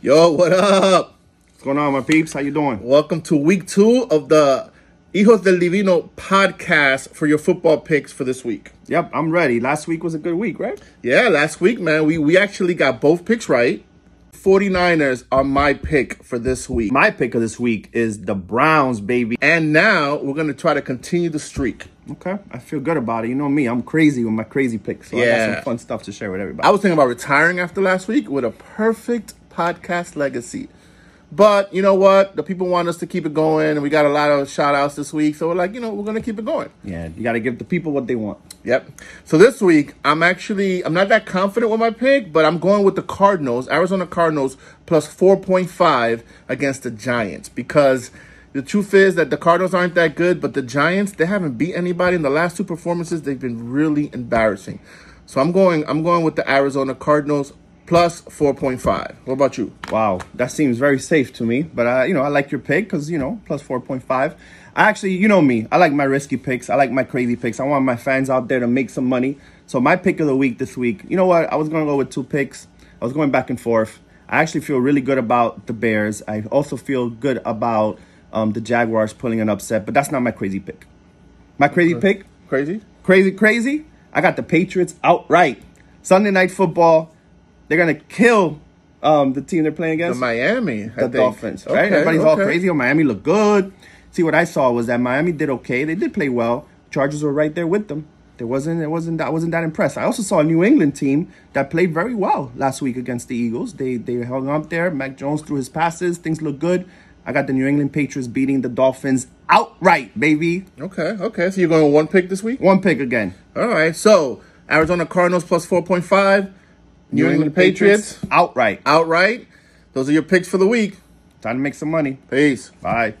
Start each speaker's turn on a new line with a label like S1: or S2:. S1: Yo, what up?
S2: What's going on, my peeps? How you doing?
S1: Welcome to week two of the Hijos del Divino podcast for your football picks for this week.
S2: Yep, I'm ready. Last week was a good week, right?
S1: Yeah, last week, man, we, we actually got both picks right. 49ers are my pick for this week.
S2: My pick of this week is the Browns, baby.
S1: And now we're going to try to continue the streak.
S2: Okay, I feel good about it. You know me, I'm crazy with my crazy picks. So I got
S1: Yeah.
S2: some fun stuff to share with everybody.
S1: I was thinking about retiring after last week with a perfect podcast legacy. But you know what? The people want us to keep it going, and we got a lot of shout outs this week. So we're like, you know, we're going to keep it going.
S2: yeah, you got to give the people what they want.
S1: Yep. So this week, I'm actually I'm not that confident with my pick, but I'm going with the Cardinals, Arizona Cardinals plus 4.5 against the Giants because the truth is that the Cardinals aren't that good, but the Giants they haven't beat anybody in the last two performances. They've been really embarrassing. So I'm going I'm going with the Arizona Cardinals plus 4.5. What about you?
S2: Wow, that seems very safe to me. But uh, you know, I like your pick because you know plus four point five. I actually, you know me, I like my risky picks. I like my crazy picks. I want my fans out there to make some money. So my pick of the week this week, you know what? I was gonna go with two picks. I was going back and forth. I actually feel really good about the Bears. I also feel good about um, the Jaguars pulling an upset. But that's not my crazy pick. My crazy pick
S1: Crazy?
S2: crazy, crazy. I got the Patriots outright. Sunday night football, they're gonna kill um, the team they're playing against,
S1: Miami, I
S2: the
S1: think.
S2: Dolphins. Right?
S1: Okay,
S2: Everybody's all
S1: okay.
S2: crazy. Oh, Miami looked good. See, what I saw was that Miami did okay. They did play well. Chargers were right there with them. There wasn't. It wasn't. I wasn't that impressed. I also saw a New England team that played very well last week against the Eagles. They they hung up there. Mac Jones threw his passes. Things look good. I got the New England Patriots beating the Dolphins outright, baby.
S1: Okay, okay. So you're going with one pick this week?
S2: One pick again.
S1: All right. So Arizona Cardinals plus 4.5, New, England Patriots
S2: outright.
S1: outright. Those are your picks for the week.
S2: Time to make some money.
S1: Peace.
S2: Bye.